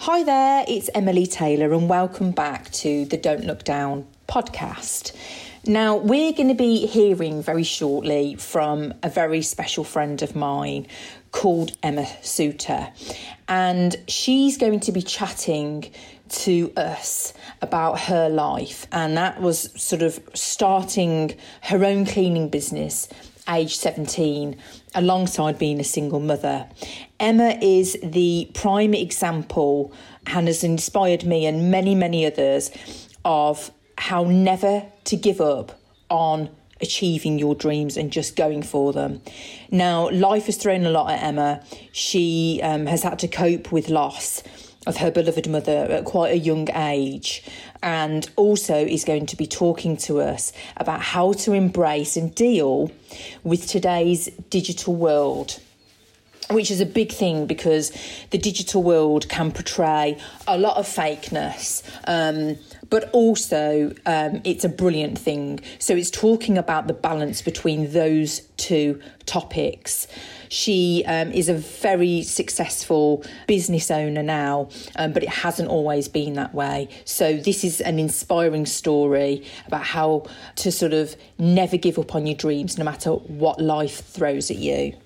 Hi there, it's Emily Taylor, and welcome back to the Don't Look Down podcast. Now, we're going to be hearing very shortly from a very special friend of mine called Emma Suter, and she's going to be chatting to us about her life, and that was sort of starting her own cleaning business age 17 alongside being a single mother. Emma is the prime example and has inspired me and many, many others of how never to give up on achieving your dreams and just going for them. Now, life has thrown a lot at Emma. She um, has had to cope with loss of her beloved mother at quite a young age, and also is going to be talking to us about how to embrace and deal with today's digital world. Which is a big thing because the digital world can portray a lot of fakeness, um, but also um, it's a brilliant thing. So it's talking about the balance between those two topics. She um, is a very successful business owner now, um, but it hasn't always been that way. So this is an inspiring story about how to sort of never give up on your dreams, no matter what life throws at you.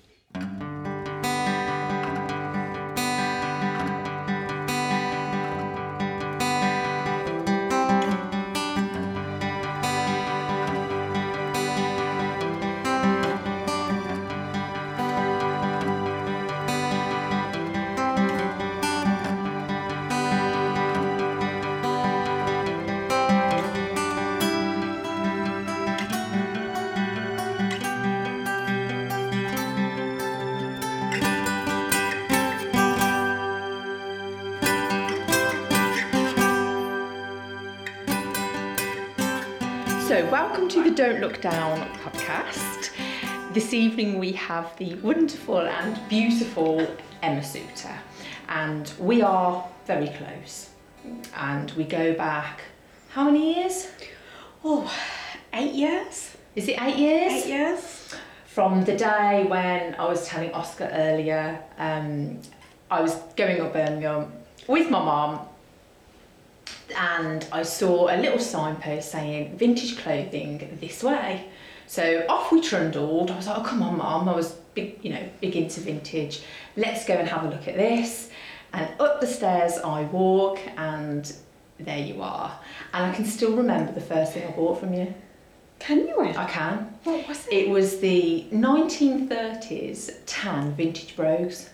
So, welcome to the Don't Look Down podcast. This evening we have the wonderful and beautiful Emma Suter, and we are very close. And we go back how many years? Oh, eight years? Is it eight years? Eight years? From the day when I was telling Oscar earlier, um, I was going up Birmingham with my mum and I saw a little signpost saying vintage clothing this way. So off we trundled. I was like, oh come on, mum. I was big, you know, big into vintage. Let's go and have a look at this. And up the stairs I walk, and there you are. And I can still remember the first thing I bought from you. Can you I can. What was Uh, It was the 1930s tan vintage brogues.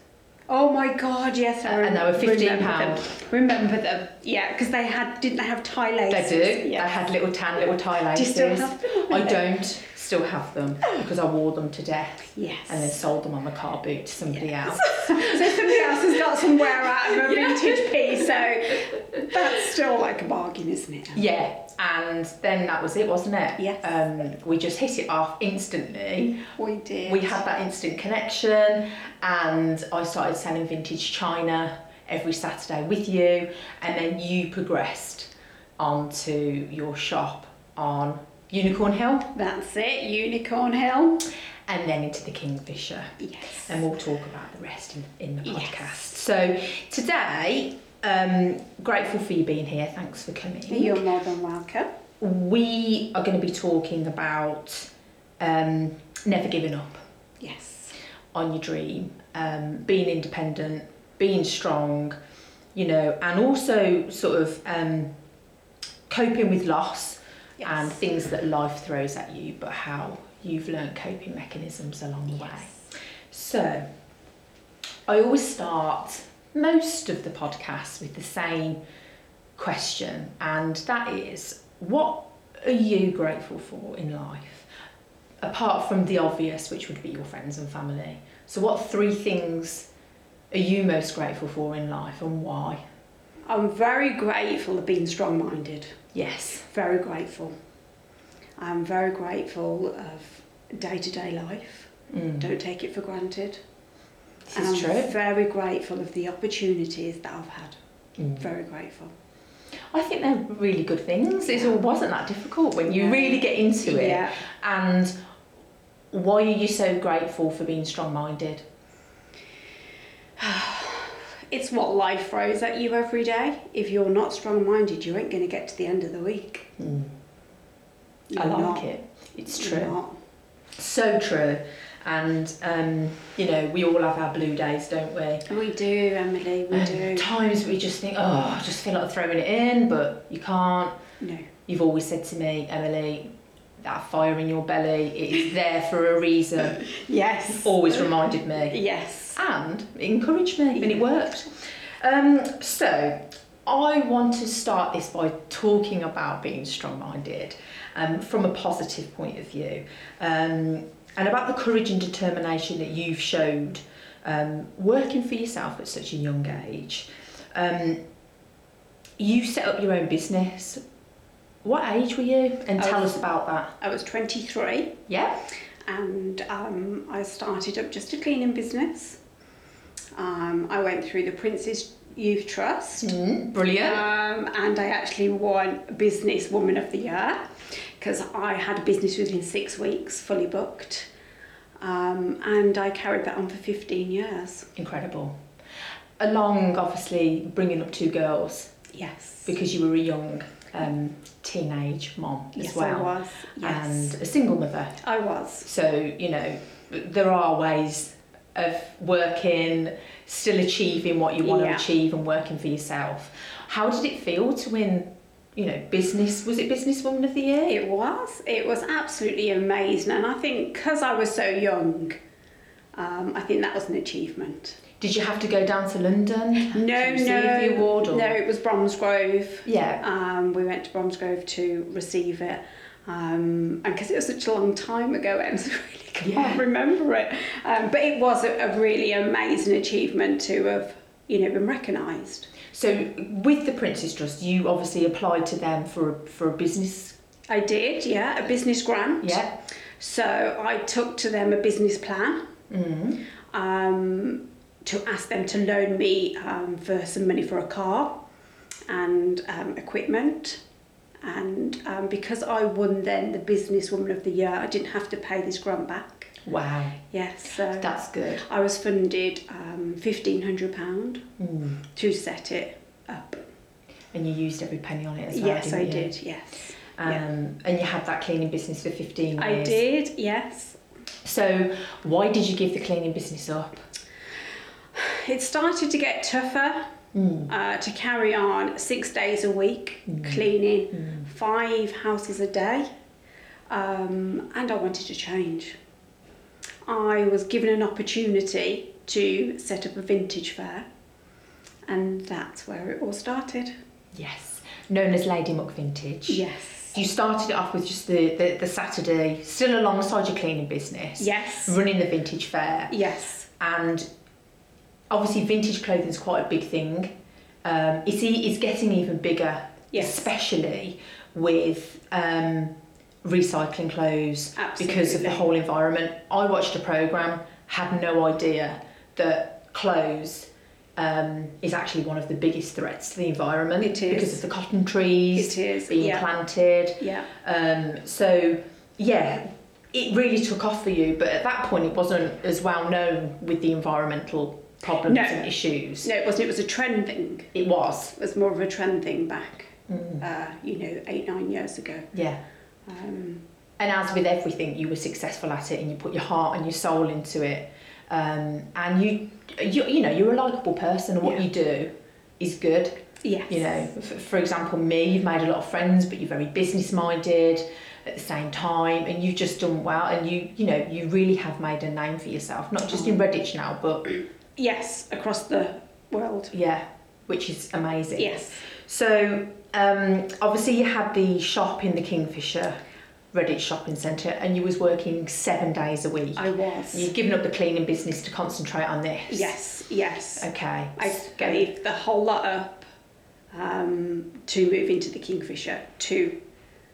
Oh my god, yes. I Uh, And they were rem- 15 remember pound. them. Remember them. Yeah, because they had, didn't they have tie They laces? do. Yeah. They had little tan, little tie Do you laces. still have them? I don't still have them because I wore them to death. Yes. And then sold them on the car boot to somebody else. so somebody else has got some wear out of a vintage piece, so that's still like a bargain, isn't it? Yeah. And then that was it, wasn't it? Yes. Mm. Um, we just hit it off instantly. We did. We had that instant connection, and I started selling vintage china every Saturday with you, and then you progressed onto your shop on Unicorn Hill That's it, Unicorn Hill. and then into the Kingfisher. Yes. and we'll talk about the rest in, in the Yes. podcast. So today, um, grateful for you being here. Thanks for coming. You're more than welcome. We are going to be talking about um, never giving up Yes. on your dream, um, being independent, being strong, you know, and also sort of um, coping with loss Yes. and things that life throws at you, but how you've learned coping mechanisms along the way. So, I always start most of the podcast with the same question, and that is what are you grateful for in life? Apart from the obvious, which would be your friends and family. So, what three things are you most grateful for in life and why? I'm very grateful of being strong minded. Yes. very grateful. I'm very grateful of day to day life. Mm. Don't take it for granted. This And is I'm true. very grateful of the opportunities that I've had. Mm. Very grateful. I think they're really good things. It all wasn't that difficult when you No. really get into it. Yeah. And why are you so grateful for being strong minded? it's what life throws at you every day. If you're not strong minded, you ain't going to get to the end of the week. I You're like not. it. It's You're true. not. So true. And, um, you know, we all have our blue days, don't we? We do, Emily, we do. And times we just think, oh, I just feel like throwing it in, but you can't. No. You've always said to me, Emily, that fire in your belly, it is there for a reason. Yes. always reminded me. Yes. and it encouraged me and it worked. Um, so I want to start this by talking about being strong minded um, from a positive point of view um, and about the courage and determination that you've showed um, working for yourself at such a young age. Um, you set up your own business. What age were you? And tell Oh. us about that. I was 23 Yeah? and um, I started up just a cleaning business. Um, I went through the Prince's Youth Trust. Mm, brilliant. Um, and I actually won Business Woman of the Year because I had a business within six weeks, fully booked. Um, and I carried that on for 15 years. Incredible. Along, obviously, bringing up two girls. Yes. because you were a young um, teenage mom as yes, well I was. Yes. and a single mother I was. so you know there are ways of working still achieving what you want Yeah. to achieve and working for yourself how did it feel to win you know business was it business woman of the year It was. It was absolutely amazing. And I think because I was so young, um, I think that was an achievement. did you have to go down to london No, to receive no. the award or No, it was Bromsgrove. yeah Um, we went to Bromsgrove to receive it. Um, and because it was such a long time ago, I really can't Yeah. remember it. Um, but it was a, a really amazing achievement to have, you know, been recognised. so with the prince's trust you obviously applied to them for a, for a business I did, yeah, a business grant. yeah So I took to them a business plan Mm. um, to ask them to loan me um, for some money for a car and um, equipment. And um, because I won then the Business Woman of the Year, I didn't have to pay this grant back. wow Yes, so that's good I was funded um, £1,500 Mm. to set it up. And you used every penny on it as well. yes, I didn't you? did, yes. Um, yeah. And you had that cleaning business for 15 years. I did, yes. So, why did you give the cleaning business up? It started to get tougher Hmm. uh, to carry on six days a week, cleaning Hmm. five houses a day, um, and I wanted to change. I was given an opportunity to set up a vintage fair, and that's where it all started. Yes, known as Lady Muck Vintage. Yes. You started it off with just the, the, the Saturday, still alongside your cleaning business. Yes. Running the vintage fair. Yes. And obviously, vintage clothing is quite a big thing. Um, it's, e- it's getting even bigger, Yes. especially with um, recycling clothes because of the Absolutely. whole environment. I watched a program, had no idea that clothes um, is actually one of the biggest threats to the environment It is. because of the cotton trees It is, being yeah. planted. Yeah. Um, so yeah, it really took off for you, but at that point it wasn't as well known with the environmental problems No. and issues. No, it wasn't. It was a trend thing. It was, It was more of a trend thing back, uh, you know, eight, nine years ago. yeah. Um, and as with everything you were successful at it and you put your heart and your soul into it um, and you, you you know you're a likable person and what Yeah. you do is good yes. you know for, for example me you've made a lot of friends but you're very business minded at the same time and you've just done well and you you know you really have made a name for yourself not just Mm. in redditch now but Yes, across the world. yeah which is amazing Yes. so um, obviously you had the shop in the Kingfisher Redditch shopping centre, and you was working seven days a week. I was. You've given up the cleaning business to concentrate on this. Yes, yes. Oh, Okay. I so- gave the whole lot up um, to move into the Kingfisher to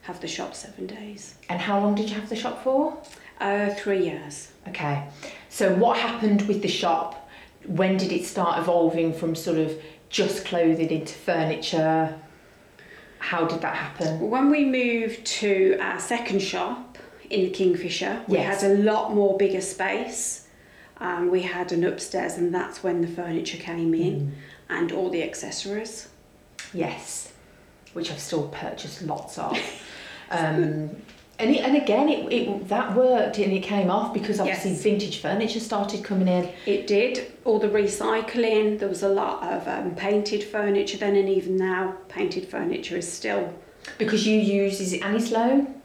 have the shop seven days. And how long did you have the shop for? Uh, three years. Okay. So what happened with the shop? When did it start evolving from sort of just clothing into furniture? How did that happen? When we moved to our second shop in the Kingfisher, we Yes. had a lot more Mm. bigger space. Um, we had an upstairs, and that's when the furniture came in. and all the accessories. Yes, which I've still purchased lots of. Um, and it, and again, it, it that worked and it came off because obviously Yes. vintage furniture started coming in. It did all the recycling. There was a lot of um, painted furniture then, and even now, painted furniture is still Because you use is it Annie Sloan,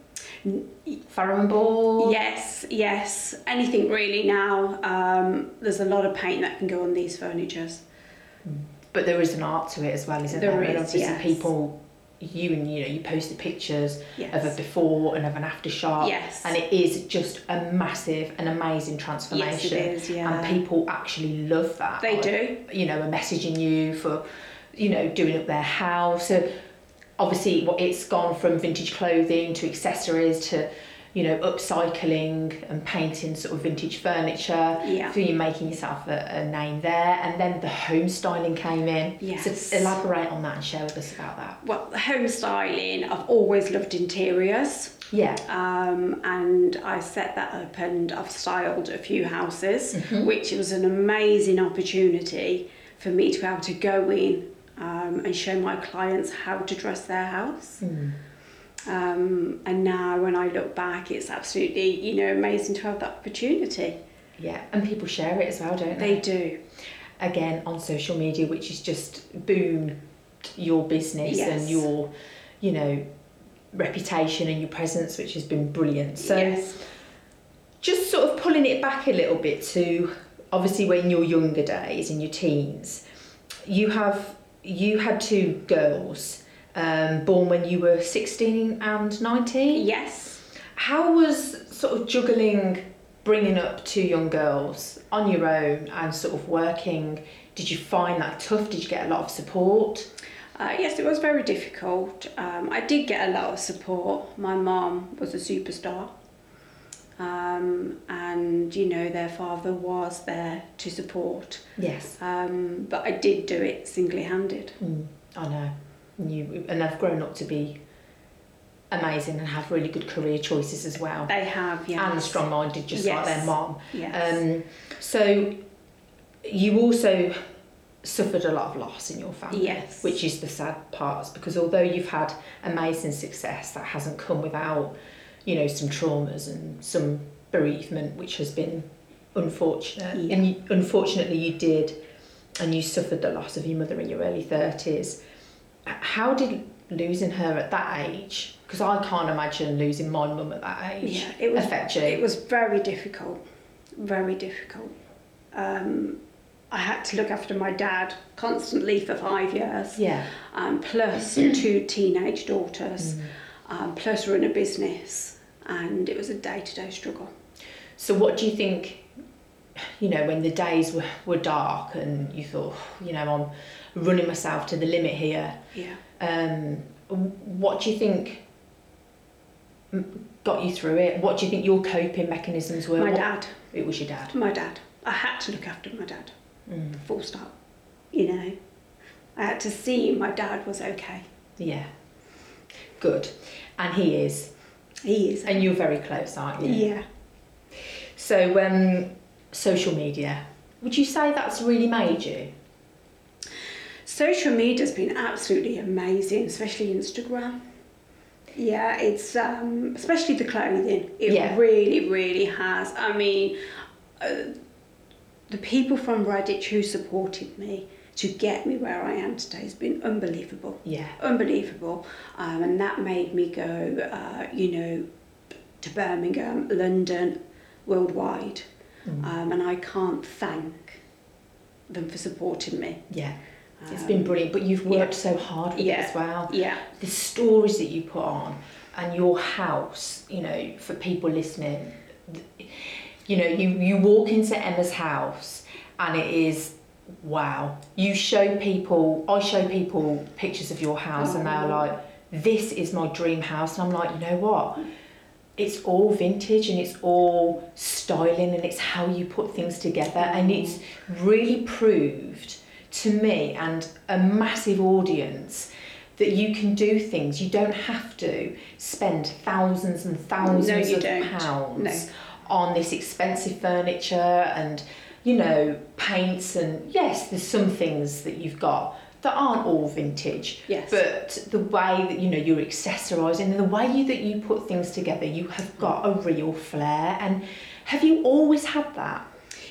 Farrow and Ball. yes, yes. Anything really now. Um, there's a lot of paint that can go on these furnitures. But there is an art to it as well, isn't there? There I mean, is, obviously yes. people you and you know you posted pictures Yes. of a before and of an after shot. Yes. And it is just a massive and amazing transformation. is, yeah. And people actually love that. They Or, do. You know, are messaging you for, you know, doing up their house. So obviously what it's gone from vintage clothing to accessories to you know, upcycling and painting sort of vintage furniture. Yeah. So you're making yourself a, a name there. And then the home styling came in. Yes. So elaborate on that and share with us about that. Well, home styling. I've always loved interiors. Yeah. um, and I set that up and I've styled a few houses, which was an amazing opportunity for me to be able to go in um, and show my clients how to dress their house. Um, and now, when I look back, it's absolutely you know amazing to have that opportunity. Yeah. And people share it as well, don't they? They do. Again, on social media, which is just boom your business Yes. and your, you know, reputation and your presence, which has been brilliant. So yes. just sort of pulling it back a little bit to obviously when your younger days in your teens you have you had two girls um, born when you were 16 and 19 Yes. how was sort of juggling bringing up two young girls on your own and sort of working did you find that tough did you get a lot of support Uh, yes, it was very difficult. Um, I did get a lot of support. My mom was a superstar, um, and you know, their father was there to support. yes Um, but I did do it singly handed. Mm, I know. And you and they've grown up to be amazing and have really good career choices as well. They have, yes. And strong minded just like their Yes. mom. Yes. Um so you also suffered a lot of loss in your family. Yes. Which is the sad part because although you've had amazing success, that hasn't come without, you know, some traumas and some bereavement which has been unfortunate. Yeah. And you, unfortunately you did and you suffered the loss of your mother in your early 30s. H- How did losing her at that age, because I can't imagine losing my mum at that age, Yeah, it was- affect you? It was very difficult, very difficult. Um, I had to look after my dad constantly for five years. yeah, um, plus two teenage daughters, Mm. um, plus run a business, and it was a day to day struggle. So what do you think? You know, when the days were, were dark and you thought, you know, I'm running myself to the limit here. Yeah. Um, what do you think m- got you through it? What do you think your coping mechanisms were? my What- dad, It was your dad. my dad. I had to look after my dad, Mm. full stop. You know, I had to see my dad was okay. Yeah. Good. And he is. He is. And you're very close, aren't you? Yeah. So, um, social media. Would you say that's really made you? Social media's been absolutely amazing, especially Instagram. Yeah, it's um, especially the clothing. It Yeah. really, really has. I mean, uh, the people from Reddit who supported me to get me where I am today has been unbelievable, Yeah. unbelievable, um, and that made me go, uh, you know, to Birmingham, London, worldwide, um, and I can't thank them for supporting me. Yeah. It's been brilliant, but you've worked so hard with Um, yeah. it as well. Yeah. the stories that you put on and your house you know for people listening th- you know you, you walk into emma's house and it is wow you show people i show people pictures of your house and they're like this is my dream house and i'm like you know what it's all vintage and it's all styling and it's how you put things together and it's really proved to me and a massive audience that you can do things you don't have to spend thousands and thousands you of don't. pounds No. on this expensive furniture and you know, paints and yes, there's some things that you've got that aren't all vintage. Yes. But the way that you know you're accessorising and the way you, that you put things together, you have got a real flair. And have you always had that?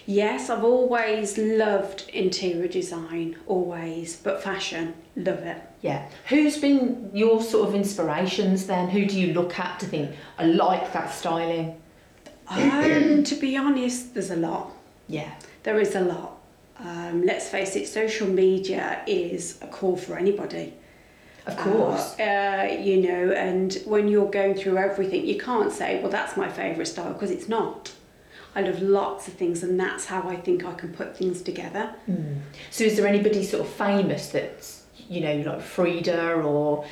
Yes, I've always loved interior design, always, but fashion, love it. Yeah. Who's been your sort of inspirations then? Who do you look at to think, I like that styling? Um, to be honest, there's a lot. Yeah. There is a lot. Um, let's face it, social media is a call for anybody. Of course. Uh, uh, you know, and when you're going through everything, you can't say, well, that's my favourite style, because it's not. I love lots of things, and that's how I think I can put things together. So is there anybody sort of famous that's, you know, like Frida or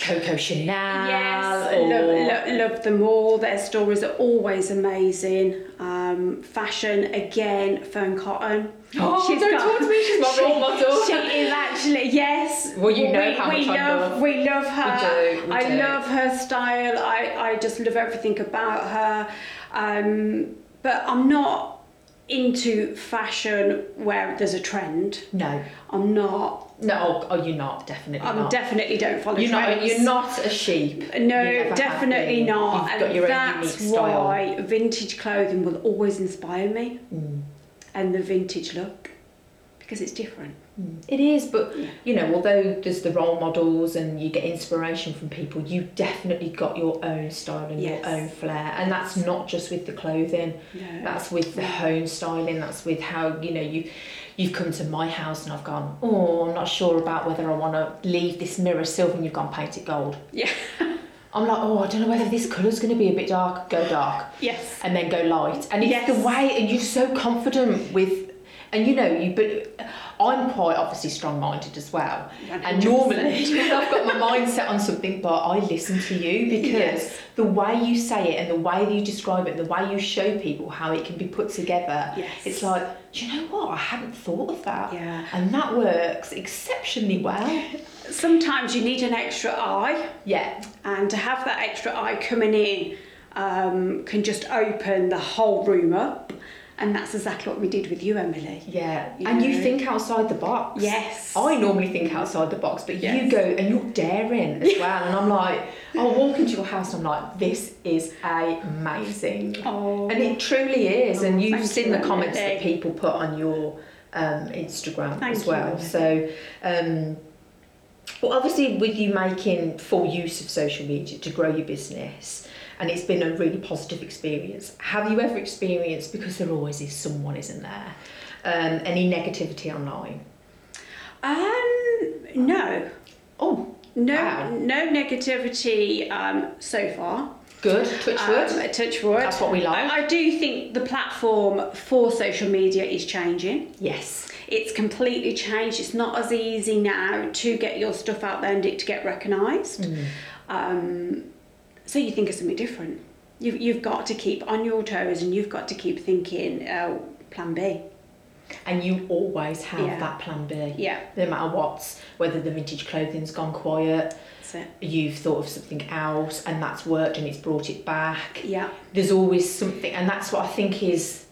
Coco Chanel? Yes, or... love, lo- love them all. Their stories are always amazing. Um, fashion, again, Fern Cotton. Oh, don't talk to me, she's my role model. She is actually, yes. Well, you know we, how we much I love, love- We love her. We do, we I do. love her style. I, I just love everything about her. Um, but I'm not into fashion where there's a trend. No. I'm not. No, oh, oh, you're not, definitely I not. definitely don't follow you're not, trends. you're not a sheep. You never No, have definitely been. not. You've and got your own unique that's style. why vintage clothing will always inspire me Mm. and the vintage look because it's different. It is, but you know, although there's the role models and you get inspiration from people, you definitely got your own style and Yes. your own flair, and that's not just with the clothing. No. That's with the home styling. That's with how you know you you've come to my house and I've gone, oh, I'm not sure about whether I want to leave this mirror silver, and you've gone paint it gold. Yeah. I'm like, oh, I don't know whether this colour's going to be a bit dark. Go dark yes. and then go light. And it's Yes. the way, and you're so confident with, and you know, you. But I'm quite obviously strong-minded as well. And 100%. normally, I've got my mind set on something, but I listen to you because Yes. the way you say it and the way that you describe it, and the way you show people how it can be put together, Yes. it's like, do you know what? I hadn't thought of that. Yeah. And that works exceptionally well. Sometimes you need an extra eye, Yeah. and to have that extra eye coming in um, can just open the whole room up. And that's exactly what we did with you, Emily. Yeah, You and you know? think outside the box. Yes. I normally think outside the box, but you Yes. go and you're daring as well. And I'm like, I'll walk into your house and I'm like, this is amazing. Oh. And it truly is. and you've thank seen you, the comments Emily. that people put on your um, Instagram Thank as you, well. Emily. so, um, well, obviously, with you making full use of social media to grow your business, and it's been a really positive experience. Have you ever experienced, because there always is someone, isn't there, um, any negativity online? Um, no, Oh, no, Wow. no negativity um, so far. good, touch wood. Um, touch wood. That's what we like. I, I do think the platform for social media is changing. yes. It's completely changed. It's not as easy now to get your stuff out there and it to get recognised. Mm. Um, so you think of something different. You've, you've got to keep on your toes and you've got to keep thinking uh, plan B. And you always have Yeah. that plan B. Yeah. No matter what's, whether the vintage clothing's gone quiet, That's it. you've thought of something else and that's worked and it's brought it back. Yeah. There's always something, and that's what I think is,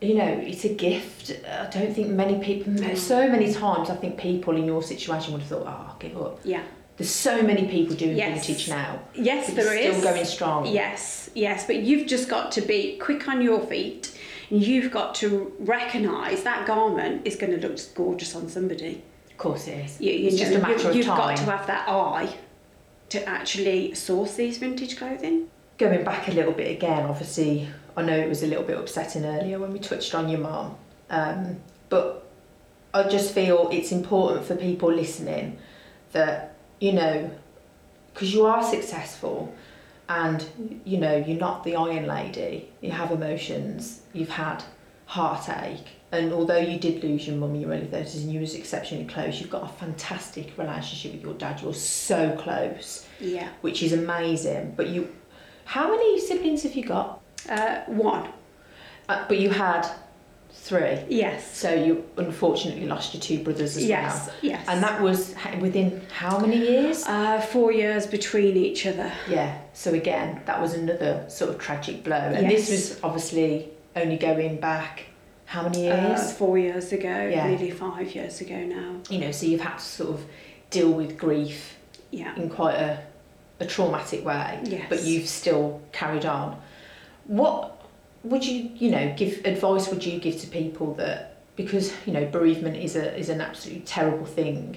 you know, it's a gift. I don't think many people, so many times, I think people in your situation would have thought, oh, I'll give up. Yeah. There's so many people doing Yes. vintage now. Yes, It's there is. still going strong. Yes, yes, but you've just got to be quick on your feet. and You've got to recognise that garment is going to look gorgeous on somebody. Of course it is. You, you it's know, just a matter you, of You've time. got to have that eye to actually source these vintage clothing. Going back a little bit again, obviously, I know it was a little bit upsetting earlier when we touched on your mum, um, but I just feel it's important for people listening that, you know, because you are successful and, you know, you're not the iron lady, you have emotions, you've had heartache, and although you did lose your mum in your early 30s and you was exceptionally close, you've got a fantastic relationship with your dad, you're so close Yeah. which is amazing. But you, how many siblings have you got? Uh, one. Uh, but you had three. Yes. So you unfortunately lost your two brothers as Yes. well. Yes. And that was h- within how many years? Uh, four years between each other. Yeah. So again, that was another sort of tragic blow. And this Yes. was obviously only going back how many years? Uh, four years ago, Yeah. nearly five years ago now. you know, so you've had to sort of deal with grief Yeah. in quite a, a traumatic way, Yes. but you've still carried on. What would you, you know, give advice would you give to people that because you know bereavement is a is an absolutely terrible thing,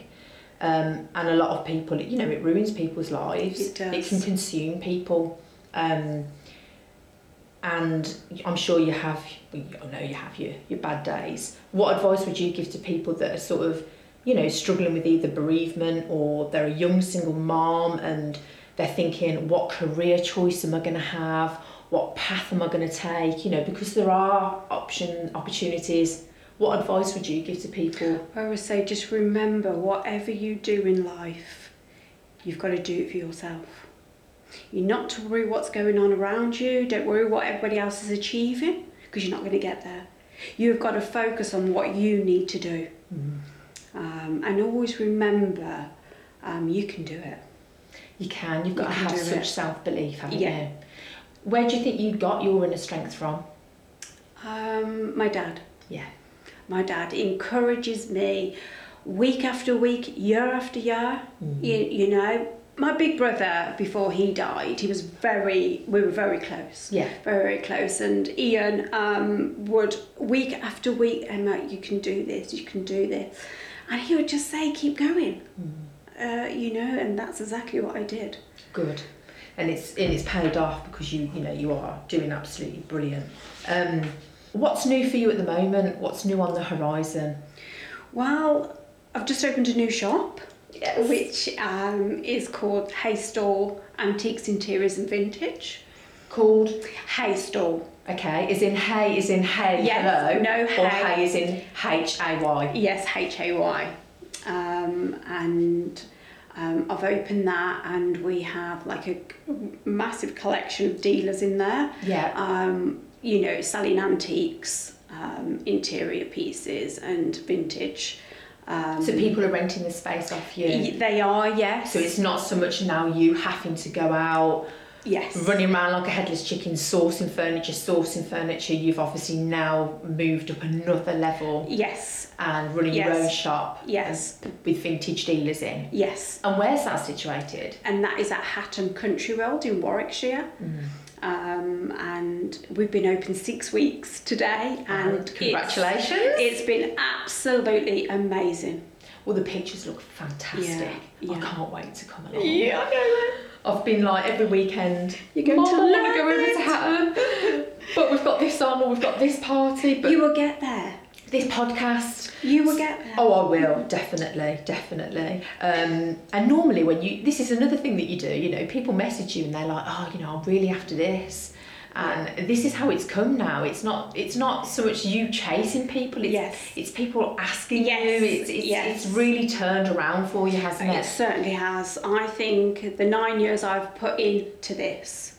um, and a lot of people, you know, it ruins people's lives. It does. It can consume people. Um, and I'm sure you have, I know you have your, your bad days. What advice would you give to people that are sort of, you know, struggling with either bereavement or they're a young single mom and they're thinking, what career choice am I going to have? What path am I going to take? You know, because there are option opportunities. What advice would you give to people? I always say just remember whatever you do in life, you've got to do it for yourself. You're not to worry what's going on around you, don't worry what everybody else is achieving, because you're not going to get there. You've got to focus on what you need to do. Um, and always remember um, you can do it. You can. You've got You to can have do such it. self belief, haven't Yeah. you? Where do you think you got your inner strength from? Um, my dad. Yeah. My dad encourages me week after week, year after year. You, you know, my big brother, before he died, he was very, we were very close. Yeah. Very, very close. And Ian um, would, week after week, Emma, you can do this, you can do this. And he would just say, keep going. Uh, you know, and that's exactly what I did. Good. And it's and it's paid off because you you know you are doing absolutely brilliant. Um, what's new for you at the moment? What's new on the horizon? Well, I've just opened a new shop. Yes. Which um, is called Haystall Antiques, Interiors and Vintage. Called Haystall. okay, is in hay is in hay. Yes, hello. no, Or hay. hay is in H A Y. Yes, H A Y. Um, and um, I've opened that, and we have like a massive collection of dealers in there. Yeah. Um, you know, selling antiques, um, interior pieces, and vintage. Um, So people are renting the space off you. y- they are, yes. So it's not so much now you having to go out yes. running around like a headless chicken, sourcing furniture, sourcing furniture. You've obviously now moved up another level Yes, and running your Yes. own shop. Yes. With vintage dealers in. yes. And where's that situated? and that is at Hatton Country Road in Warwickshire. Mm. Um, and we've been open six weeks today, and it's- Congratulations. it's been absolutely amazing. Well, the pictures look fantastic. Yeah, I yeah. can't wait to come along. I've been like every weekend. You're going Mum, to I wanna love go over to it." Hatton, but we've got this on, or we've got this party, but You will get there. this podcast. You will get there. Oh, I will definitely, definitely. Um, and normally, when you this is another thing that you do, you know, people message you and they're like, oh, you know, I'm really after this, and this is how it's come now. It's not, it's not so much you chasing people. It's, Yes. it's people asking Yes, you. It's, it's, yes. it's really turned around for you, hasn't It it? certainly has. I think the nine years I've put into this,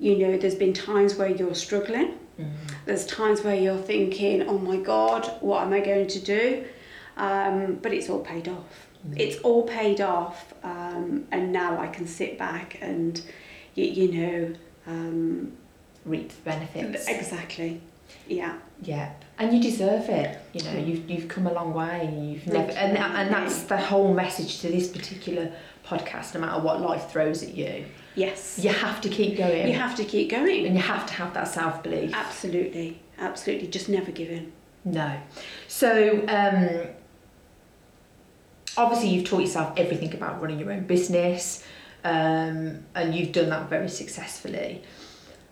you know, there's been times where you're struggling. There's times where you're thinking, oh my God, what am I going to do? Um, but it's all paid off. It's all paid off. Um, and now I can sit back and, you, you know, um, Reap the benefits. exactly. Yeah. Yeah, and you deserve it. You know, you've you've come a long way. and You've Thank never, and you. that, and that's the whole message to this particular podcast. No matter what life throws at you, Yes. you have to keep going. You have to keep going. and you have to have that self belief. Absolutely. Absolutely. Just never give in. No, so um, obviously you've taught yourself everything about running your own business, um, and you've done that very successfully.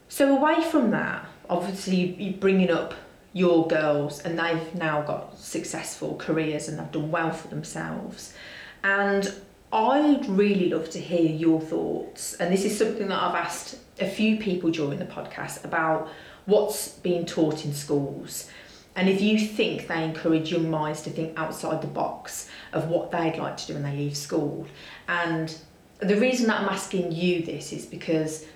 So away from that, obviously you- you're bringing up your girls, and they've now got successful careers and they've done well for themselves. And I'd really love to hear your thoughts. And this is something that I've asked a few people during the podcast about what's being taught in schools. And if you think they encourage young minds to think outside the box of what they'd like to do when they leave school. And the reason that I'm asking you this is because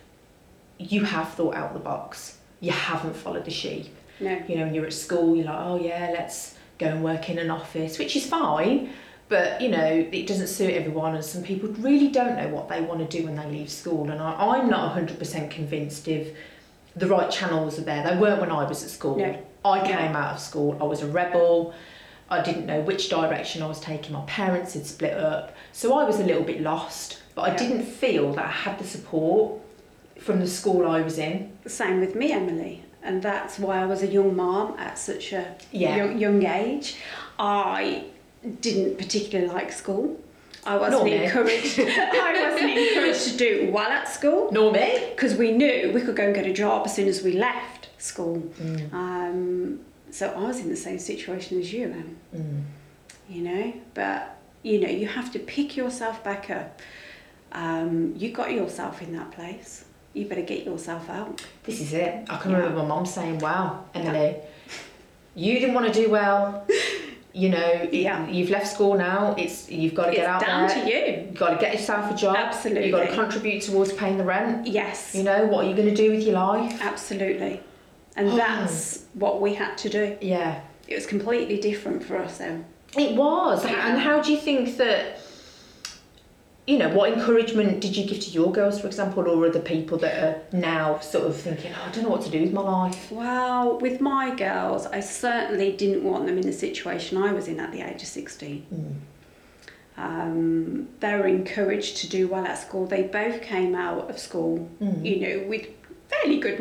you have thought out the box. You haven't followed the sheep. No. You know, when you're at school, you're like, oh yeah, let's go and work in an office, which is fine, but you know, it doesn't suit everyone, and some people really don't know what they want to do when they leave school. And I, I'm not 100% convinced if the right channels are there. They weren't when I was at school. No. I No. came out of school, I was a rebel. I didn't know which direction I was taking. My parents had split up. So I was a little bit lost, but I Yeah. didn't feel that I had the support from the school I was in. Same with me, Emily, and that's why I was a young mom at such a Yeah. young, young age. I didn't particularly like school. I wasn't Nor me. encouraged. I wasn't encouraged to do well at school Nor me. because we knew we could go and get a job as soon as we left school. Um, so I was in the same situation as you, Em. You know, but you know, you have to pick yourself back up. Um, you got yourself in that place. You better get yourself out. This is it. I can Yeah. remember my mum saying, Wow, Emily, you didn't want to do well. You know, it- Yeah. you've left school now. It's you've got to get it's out down there. to you. You've got to get yourself a job. Absolutely. You've got to contribute towards paying the rent. Yes, You know, what are you going to do with your life? absolutely. And Oh. that's what we had to do. Yeah. It was completely different for us then. It was. And how do you think that, you know, what encouragement did you give to your girls, for example, or other people that are now sort of thinking, oh, I don't know what to do with my life? Well, with my girls, I certainly didn't want them in the situation I was in at the age of 16. Mm. Um, they were encouraged to do well at school. They both came out of school, you know, with fairly good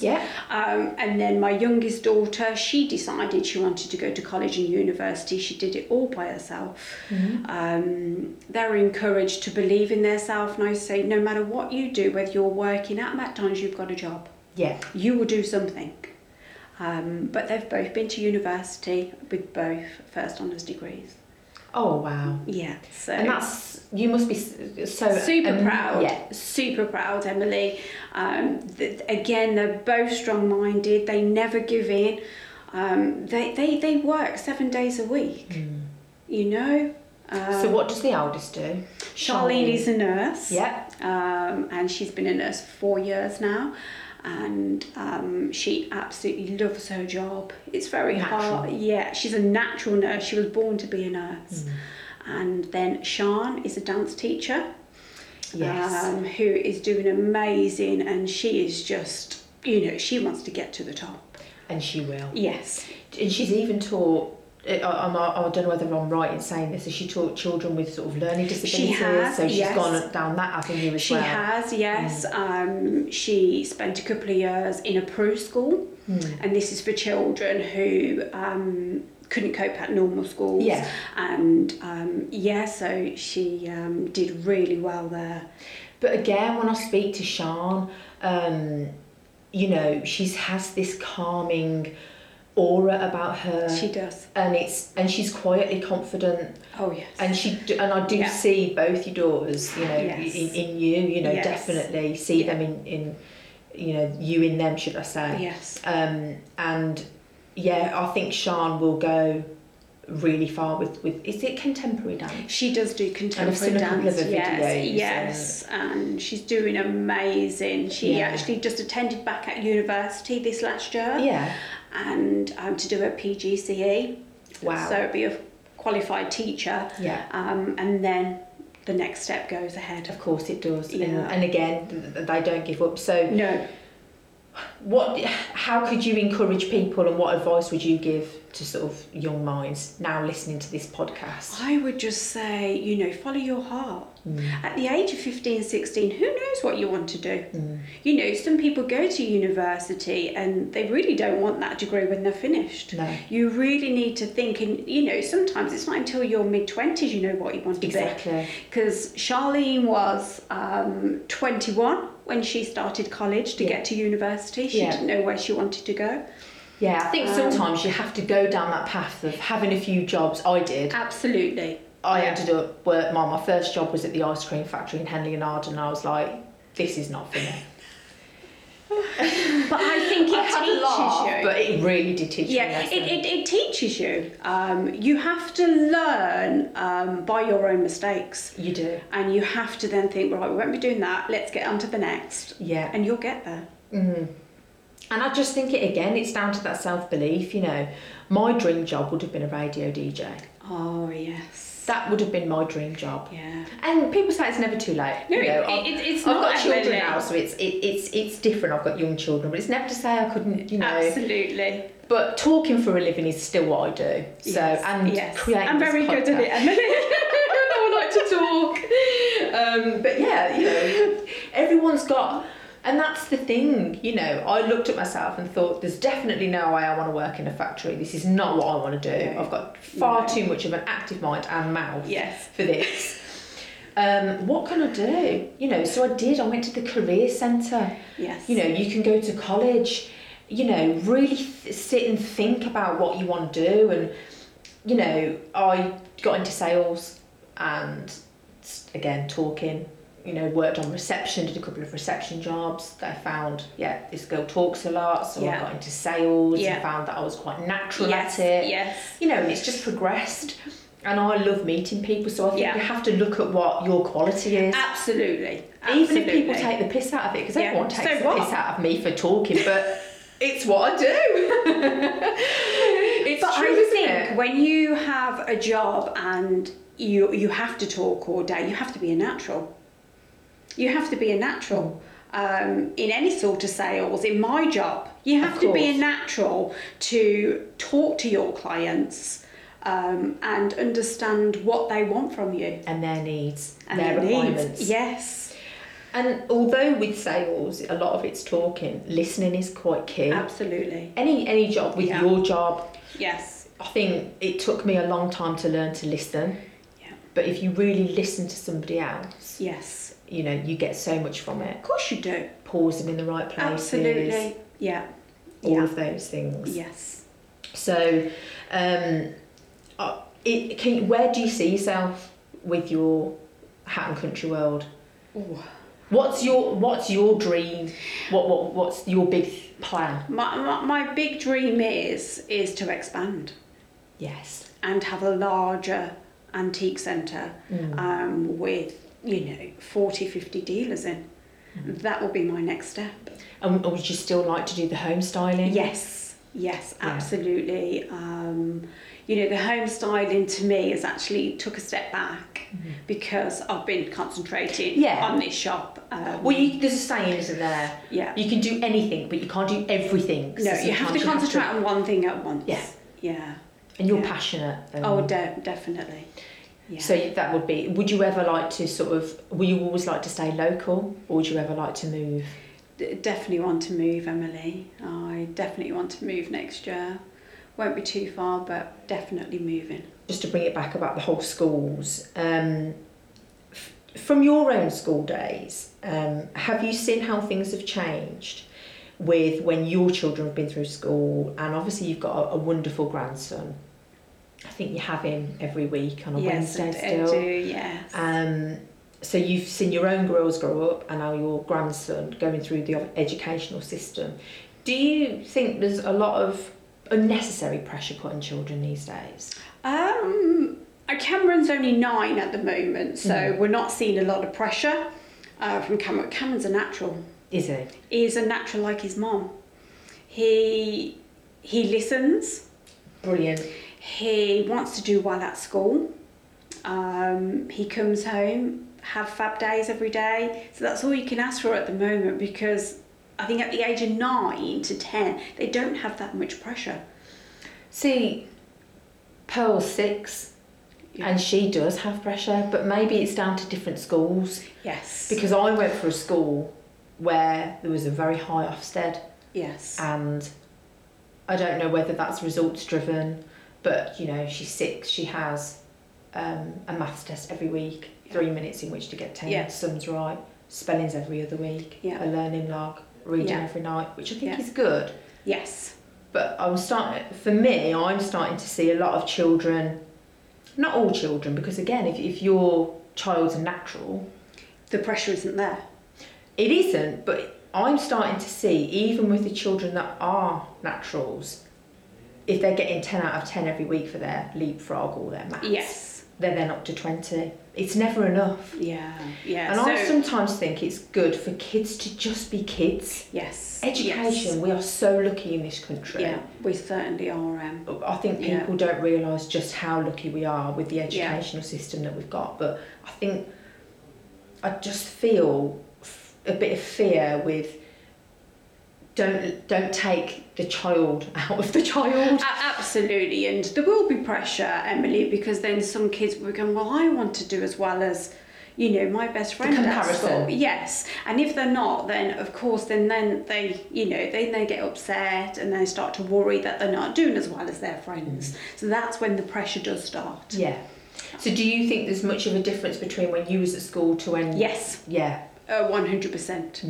Mm. Hmm. Yeah. Um, and then my youngest daughter, she decided she wanted to go to college and university. She did it all by herself. Um, they're encouraged to believe in themselves, and I say, no matter what you do, whether you're working at McDonald's, you've got a job. Yeah. You will do something. Um, but they've both been to university with both first honours degrees. Oh, wow. Yeah, so And that's, you must be s- so super um, proud. Yeah. Super proud, Emily. Um, th- again, they're both strong minded. They never give in. Um, they, they, they work seven days a week, you know. Um, So, what does the eldest do? Charlene is a nurse. Yeah. Um, and she's been a nurse for four years now. And um, she absolutely loves her job. It's very hard. Natural. Yeah, she's a natural nurse. She was born to be a Mm. nurse. And then Sean is a dance teacher Yes. um, who is doing amazing. And she is just, you know, she wants to get to the top. and she will. Yes. And she's even taught. uh, I, I'm, I don't know whether I'm right in saying this. Has she taught children with sort of learning disabilities? has, so she's yes. gone down that avenue as She well. Mm. has, yes. Um, she spent a couple of years in a pro school, Hmm. and this is for children who um, couldn't cope at normal schools. Yeah. And um, yeah, so she um, did really well there. But again, when I speak to Sean, um, you know, she's has this calming aura about her. She does. and it's and she's quietly confident, Oh, yes. and she d- and I do Yeah. see both your daughters, you know, Yes. in, in you, you know, Yes. definitely see them in in, you know, you in them, should I say? yes. Um, and yeah, I think Sean will go really far with with is it contemporary dance? She does do I've seen contemporary a couple dance. of her Yes, videos, uh, yes, and she's doing amazing. She Yeah. actually just attended back at university this last year. Yeah. and um, to do her PGCE. Wow. E. So be a qualified teacher. Yeah. Um, and then the next step goes ahead. Of course it does. And, Yeah. and again, th- th- they don't give up. So No. what how could you encourage people and what advice would you give to sort of young minds now listening to this podcast? I would just say, you know, follow your heart. Mm. At the age of 15, 16, who knows what you want to do? Mm. You know, some people go to university and they really don't want that degree when they're finished. No. You really need to think, and, you know, sometimes it's not until you're mid 20s you know what you want to be. Exactly. because Charlene was um, 21 when she started college to Yeah. get to university. She Yeah. didn't know where she wanted to go. Yeah, um, I think sometimes you have to go down that path of having a few jobs. I did. Absolutely. I Yeah. ended up work my my first job was at the ice cream factory in Henley and Arden and I was like, this is not for me. But I think it I had a teaches laugh, you. But it really did teach me. a yeah, it, lesson. it, it teaches you. Um, you have to learn um, by your own mistakes. you do. And you have to then think, right, we won't be doing that. Let's get on to the next. Yeah. And you'll get there. And I just think it again, it's down to that self belief, you know. My dream job would have been a radio DJ. Oh, yes. That would have been my dream job. Yeah. And people say it's never too late. No, you know, it- I've- it- it's I've not got ever children late. now, so it's it, it's it's different. I've got young children, but it's never to say I couldn't, you know. Absolutely. But talking for a living is still what I do. So Yes, and yes. creating. I'm this very good at it, podcast. Emily. I like to talk. Um, but yeah, you know, everyone's got, and that's the thing. You know, I looked at myself and thought, there's definitely no way I want to work in a factory. This is not what I want to do. No. I've got far No. too much of an active mind and mouth yes. for this. Um, what can I do? You know, so I did. I went to the career centre. Yes. You know, you can go to college. You know, really th- sit and think about what you want to do. And you know, I got into sales and s- again talking. You know, worked on reception, did a couple of reception jobs. I found, yeah, this girl talks a lot, so I Yeah. got into sales Yeah. and found that I was quite natural yes. at it Yes. you know, and it's just progressed. And I love meeting people, so I think Yeah. you have to look at what your quality is. Absolutely. Even if people Absolutely. take the piss out of it, because Yeah. everyone takes So the what? piss out of me for talking, but it's what I do. it's But true, I isn't think it? when you have a job and you you have to talk all day, you have to be a natural. You have to be a natural um, in any sort of sales. In my job, you have Of to be a course. natural to talk to your clients um, and understand what they want from you And their needs, and their their needs. requirements. Yes, And although with sales, a lot of it's talking, listening is quite key. absolutely. Any any job with Yeah. your job, Yes, I think it took me a long time to learn to listen. Yeah. But if you really listen to somebody else, yes. you know, you get so much from it. Of course you do. Pause them in the right places. Absolutely. Yeah. All Yeah. of those things. Yes. So, um, uh, it, can, where do you see yourself with your hat and country world? What's your What's your dream? What What What's your big plan? My, my, my big dream is is to expand Yes. and have a larger antique centre Mm. um, with you know 40 50 dealers in Mm. that will be my next step And would you still like to do the home styling? yes yes Yeah. absolutely um, you know the home styling to me has actually took a step back because i've been concentrating Mm-hmm. Yeah. on this shop um, Well, you, there's a saying, isn't there? yeah You can do anything, but you can't do everything. So no you have sometimes to concentrate to- on one thing at once Yeah. yeah and you're yeah. passionate. and- oh de- definitely yeah. So that would be. Would you ever like to sort of? Will you always like to stay local, or would you ever like to move? D- definitely want to move, Emily. I definitely want to move next year. Won't be too far, but definitely moving. Just to bring it back about the whole schools. Um, f- from your own school days, um, have you seen how things have changed with when your children have been through school? And obviously, you've got a, a wonderful grandson. I think you have him every week on a yes, I Wednesday d- I, still. do. Yes. Um, so you've seen your own girls grow up and now your grandson going through the educational system. Do you think there's a lot of unnecessary pressure put on children these days? Um, uh, Cameron's only nine at the moment, so Mm-hmm. we're not seeing a lot of pressure uh, from Cameron. Cameron's a natural. Is it? He's a natural like his mom. He he listens. Brilliant. He wants to do well at school. Um, he comes home, have fab days every day. So that's all you can ask for at the moment because I think at the age of nine to ten, they don't have that much pressure. See, Pearl's six Yeah. and she does have pressure, but maybe it's down to different schools Yes. because I went for a school where there was a very high Ofsted yes. and I don't know whether that's results driven, but you know, she's six, she has um, a maths test every week, three minutes in which to get 10 Yeah. sums right, spellings every other week, Yeah. a learning log, reading Yeah. every night, which I think Yeah. is good. yes. But I'm starting, for me, I'm starting to see a lot of children, not all children, because again, if, if your child's natural, The pressure isn't there. it isn't, but I'm starting to see, even with the children that are naturals, if they're getting 10 out of 10 every week for their leapfrog or their maths, Yes. they're then up to 20. It's never enough. Yeah, yeah. And I so, sometimes think it's good for kids to just be kids. yes, Education, we are so lucky in this country. Yes. Yeah, we certainly are. Um, I think Yeah. people don't realise just how lucky we are with the educational system that we've got. But I think I just feel f- a bit of fear with don't don't take the child out of the child. A- Absolutely, and there will be pressure, Emily, because then some kids will be going, Well, I want to do as well as, you know, my best friend. at comparison. school." Yes, and if they're not, then of course, then then they, you know, then they get upset and they start to worry that they're not doing as well as their friends. So that's when the pressure does start. Yeah. So do you think there's much of a difference between when you was at school to when Yes, yeah? one hundred percent.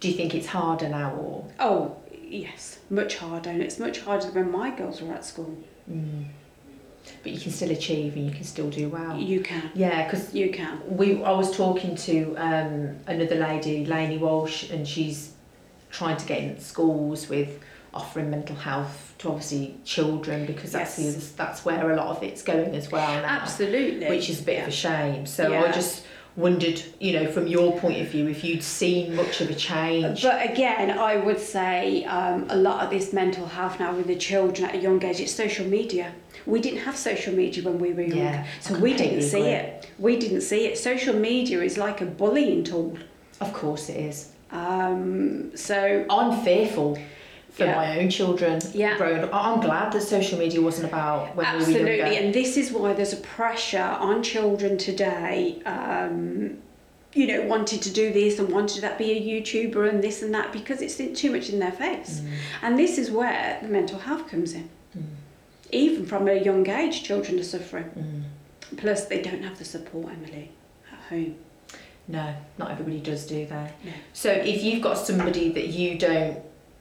Do you think it's harder now or Oh, yes, much harder, and it's much harder than when my girls were at school. but you can still achieve and you can still do well? You can, Yeah, because you can. we I was talking to um, another lady, Lainey Walsh, and she's trying to get into schools with offering mental health to obviously children because that's Yes. the other, that's where a lot of it's going as well now, Absolutely, which is a bit of a shame. So I Yeah. just wondered, you know, from your point of view, if you'd seen much of a change. But again, I would say um, a lot of this mental health now with the children at a young age, it's social media. We didn't have social media when we were young, Yeah, so I we didn't completely see agree. it. We didn't see it. Social media is like a bullying tool. of course, it is. Um, so I'm fearful for Yeah. my own children. Yeah. growing up. I'm glad that social media wasn't about when we were absolutely, younger. and this is why there's a pressure on children today. Um, you know, wanted to do this and wanted that, be a YouTuber and this and that, because it's in- too much in their face. Mm. And this is where the mental health comes in. Even from a young age, children are suffering. Mm. Plus, they don't have the support, Emily, at home. No, not everybody does, do they? No. So if you've got somebody that you don't,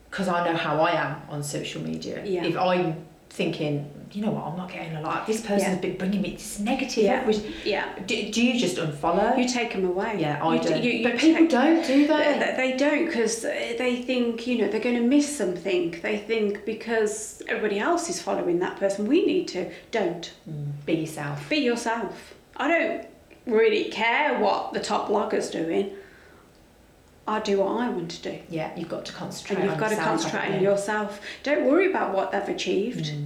because I know how I am on social media. Yeah. If I'm thinking, you know what, I'm not getting a lot. This person's Yeah. been bringing me this negative. Yeah. which- Yeah. do, do you just unfollow? You take them away. yeah, I You d- do. you- you but people take- don't, do Th- they? th- They don't because they think, you know, they're going to miss something. They think because everybody else is following that person, we need to. Don't. Mm, Be yourself. Be yourself. I don't really care what the top blogger's doing. I do what I want to do. Yeah, you've got to concentrate. And you've on got to yourself, concentrate haven't on you? yourself. Don't worry about what they've achieved. Mm.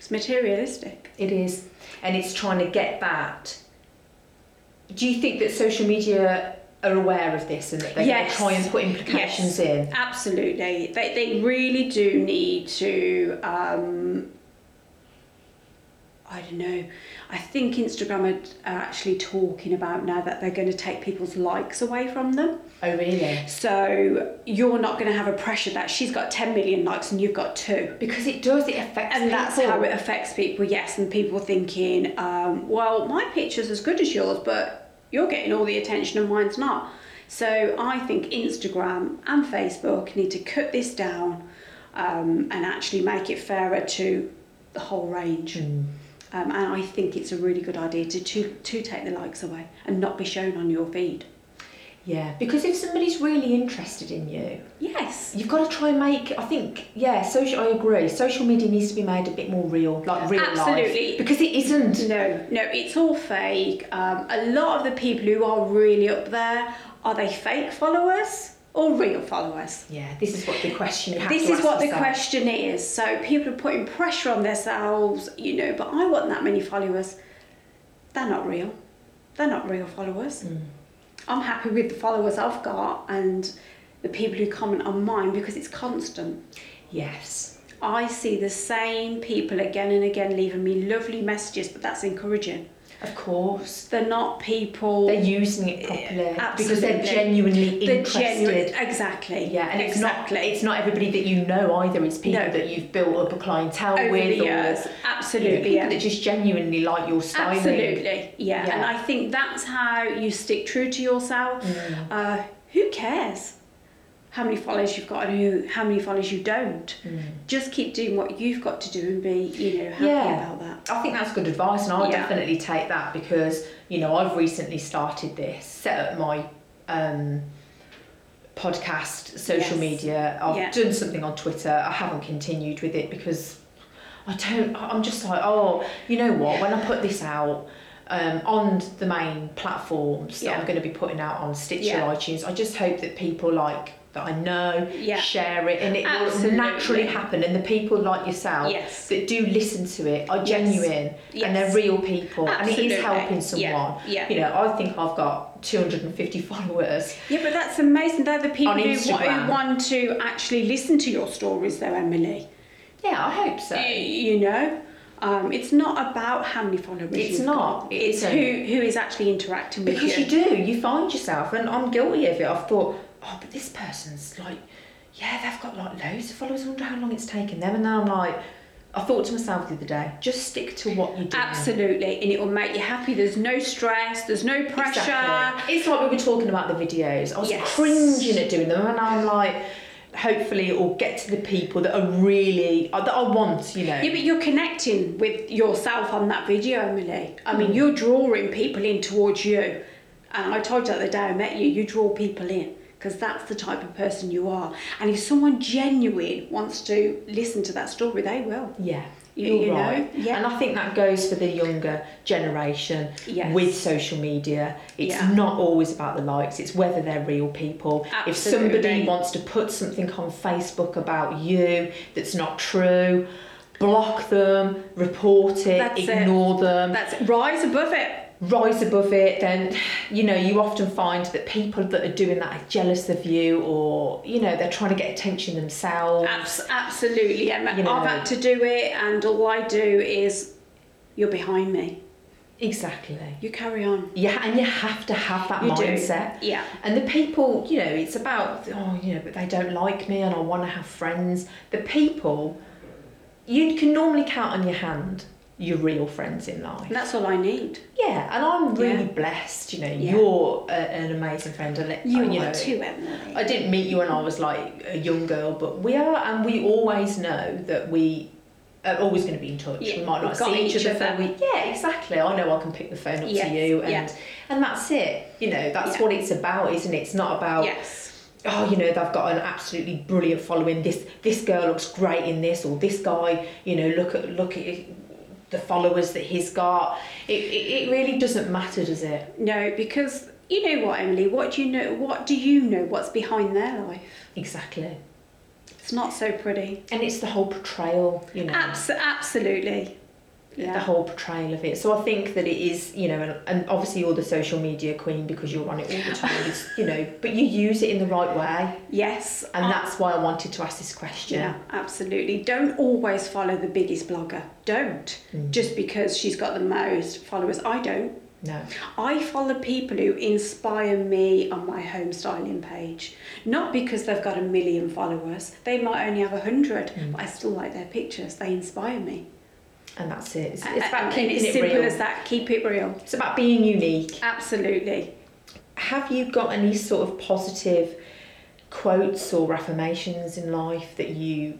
It's materialistic. It is, and it's trying to get that. Do you think that social media are aware of this and that they're Yes. going to try and put implications in? Absolutely. They, they really do need to. Um, I don't know. I think Instagram are, are actually talking about now that they're going to take people's likes away from them. Oh really? So you're not going to have a pressure that she's got 10 million likes and you've got two. Because it does, it affects And that's people. how it affects people, yes. And people thinking, um, well, my picture's as good as yours, but you're getting all the attention and mine's not. So I think Instagram and Facebook need to cut this down um, and actually make it fairer to the whole range. Um, and I think it's a really good idea to, to to take the likes away and not be shown on your feed. Yeah, because if somebody's really interested in you, Yes. you've got to try and make. I think, yeah, social. I agree. Social media needs to be made a bit more real, like real Absolutely. life, because it isn't. No, no, it's all fake. Um, a lot of the people who are really up there are they fake followers or real followers? Yeah, this is what the question you have This to is ask what the yourself. question is. So people are putting pressure on themselves, you know. But I want that many followers. They're not real. They're not real followers. Mm. I'm happy with the followers I've got and the people who comment on mine because it's constant. Yes. I see the same people again and again leaving me lovely messages, but that's encouraging. Of course. They're not people. They're using it properly because they're absolutely. genuinely the interested. genuine exactly Yeah, and exactly it's not it's not everybody that you know either. It's people No. that you've built up a clientele over with, the or you years know, people absolutely yeah. that just genuinely like your style. absolutely yeah. Yeah. and i think that's how you stick true to yourself Mm. uh, who cares how many followers you've got and who how many followers you don't Mm. just keep doing what you've got to do and be you know happy Yeah. about that I think that's good advice, and I'll Yeah. definitely take that because you know I've recently started this, set up my um, podcast, social Yes. media. I've Yeah. done something on Twitter. I haven't continued with it because I don't. I- I'm just like, oh, you know what? When I put this out. um, on the main platforms that Yeah. I'm going to be putting out on Stitcher, Yeah. iTunes. I just hope that people like that I know Yeah. share it, and it Absolutely. will naturally happen. And the people like yourself Yes. that do listen to it are Yes. genuine Yes. and they're real people, and it Absolutely. is helping Yeah. someone. Yeah. You know, I think I've got 250 followers. Yeah, but that's amazing. They're the people On who, wa- Instagram. who want to actually listen to your stories, though, Emily. Yeah, I hope so. Y- You know, um, it's not about how many followers. It's you've not. got. It It's who isn't. who is actually interacting with Because you do, you find yourself, and I'm guilty of it. I've thought, oh, but this person's like, yeah, they've got like loads of followers. I wonder how long it's taken them. And then I'm like, I thought to myself the other day, just stick to what you do. Absolutely, and it will make you happy. There's no stress. There's no pressure. Exactly. It's like we were talking about the videos. I was Yes. cringing at doing them, and I'm like, hopefully, it will get to the people that are really uh, that I want. You know. Yeah, but you're connecting with yourself on that video, Emily. I Mm. mean, you're drawing people in towards you. And I told you that the day I met you, you draw people in because that's the type of person you are. And if someone genuine wants to listen to that story, they will. Yeah. You- You're you know? right. Yeah. And I think that goes for the younger generation Yes. with social media. It's Yeah. not always about the likes, it's whether they're real people. If somebody Absolutely. wants to put something on Facebook about you that's not true, block them, report it, That's it. ignore them That's it. Rise above it. rise above it then you know you often find that people that are doing that are jealous of you or you know they're trying to get attention themselves Abs- absolutely, Emma. You know. I've had to do it, and all I do is, you're behind me. exactly You carry on. yeah and you have to have that You do. mindset Yeah. and the people you know it's about oh you know but they don't like me and i want to have friends the people you can normally count on your hand your real friends in life And that's all I need. yeah and i'm really Yeah. blessed you know Yeah. you're a, an amazing friend and it- You, you are know, too, Emily. I didn't meet you when I was like a young girl, but we are, and we always know that we are always going to be in touch. Yeah, we might not we've got see each, each other. other. for a week. yeah, exactly. I know I can pick the phone up Yes, to you, and yeah. and that's it. You know, that's Yeah. what it's about, isn't it? It's not about yes. oh, you know, they've got an absolutely brilliant following. This this girl looks great in this, or this guy, you know, look at look at the followers that he's got. It it, it really doesn't matter, does it? No, because you know what, Emily. What do you know? What do you know? What's behind their life? Exactly. It's not so pretty. And it's the whole portrayal, you know. Abs- absolutely. the whole portrayal of it. So I think that it is, you know, and, and obviously you're the social media queen because you're on it all the time, it's, you know, but you use it in the right way. Yes. And I- that's why I wanted to ask this question. Oh. Yeah, absolutely. Don't always follow the biggest blogger. Don't. Mm. Just because she's got the most followers. I don't. No. I follow people who inspire me on my home styling page. Not because they've got a million followers. They might only have a hundred, Hmm. but I still like their pictures. They inspire me. And that's it. It's, And- it's about and keeping it's it simple real. as that. Keep it real. It's about being unique. Absolutely. Have you got any sort of positive quotes or affirmations in life that you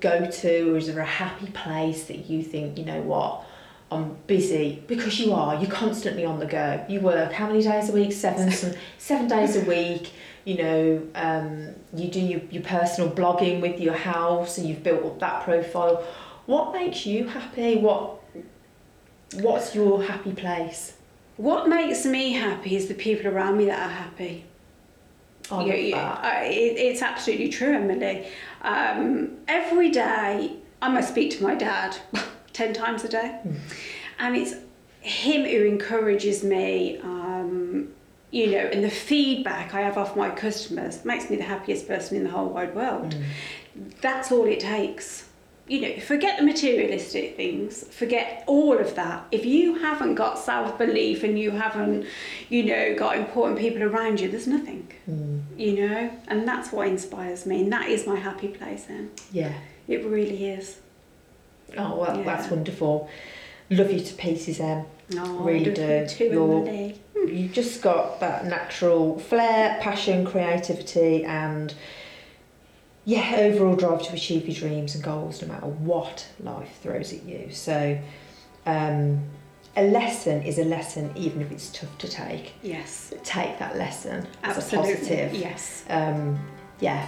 go to, or is there a happy place that you think, you know what? I'm busy because you are. You're constantly on the go. You work how many days a week? Seven, some, seven days a week. You know, um, you do your, your personal blogging with your house, and you've built up that profile. What makes you happy? What What's your happy place? What makes me happy is the people around me that are happy. I love You- you- that. I- it- it's absolutely true, Emily. Um, every day, I must speak to my dad 10 times a day. And it's him who encourages me, um, you know, and the feedback I have off my customers makes me the happiest person in the whole wide Mm. world. That's all it takes. You know, forget the materialistic things, forget all of that. If you haven't got self belief and you haven't, you know, got important people around you, there's nothing, Mm. you know, and that's what inspires me, and that is my happy place, then. Yeah. It really is. Oh, well, Yeah. that's wonderful. Love you to pieces, Em. Oh, Really love you do. Too, You're- Emily. You've just got that natural flair, passion, creativity, and yeah, overall drive to achieve your dreams and goals no matter what life throws at you. So, um, a lesson is a lesson, even if it's tough to take. Yes, Take that lesson as absolutely. a positive. Yes. Um, yeah.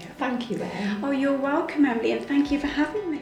Yeah. Thank you, Em. Oh, you're welcome, Emily, and thank you for having me.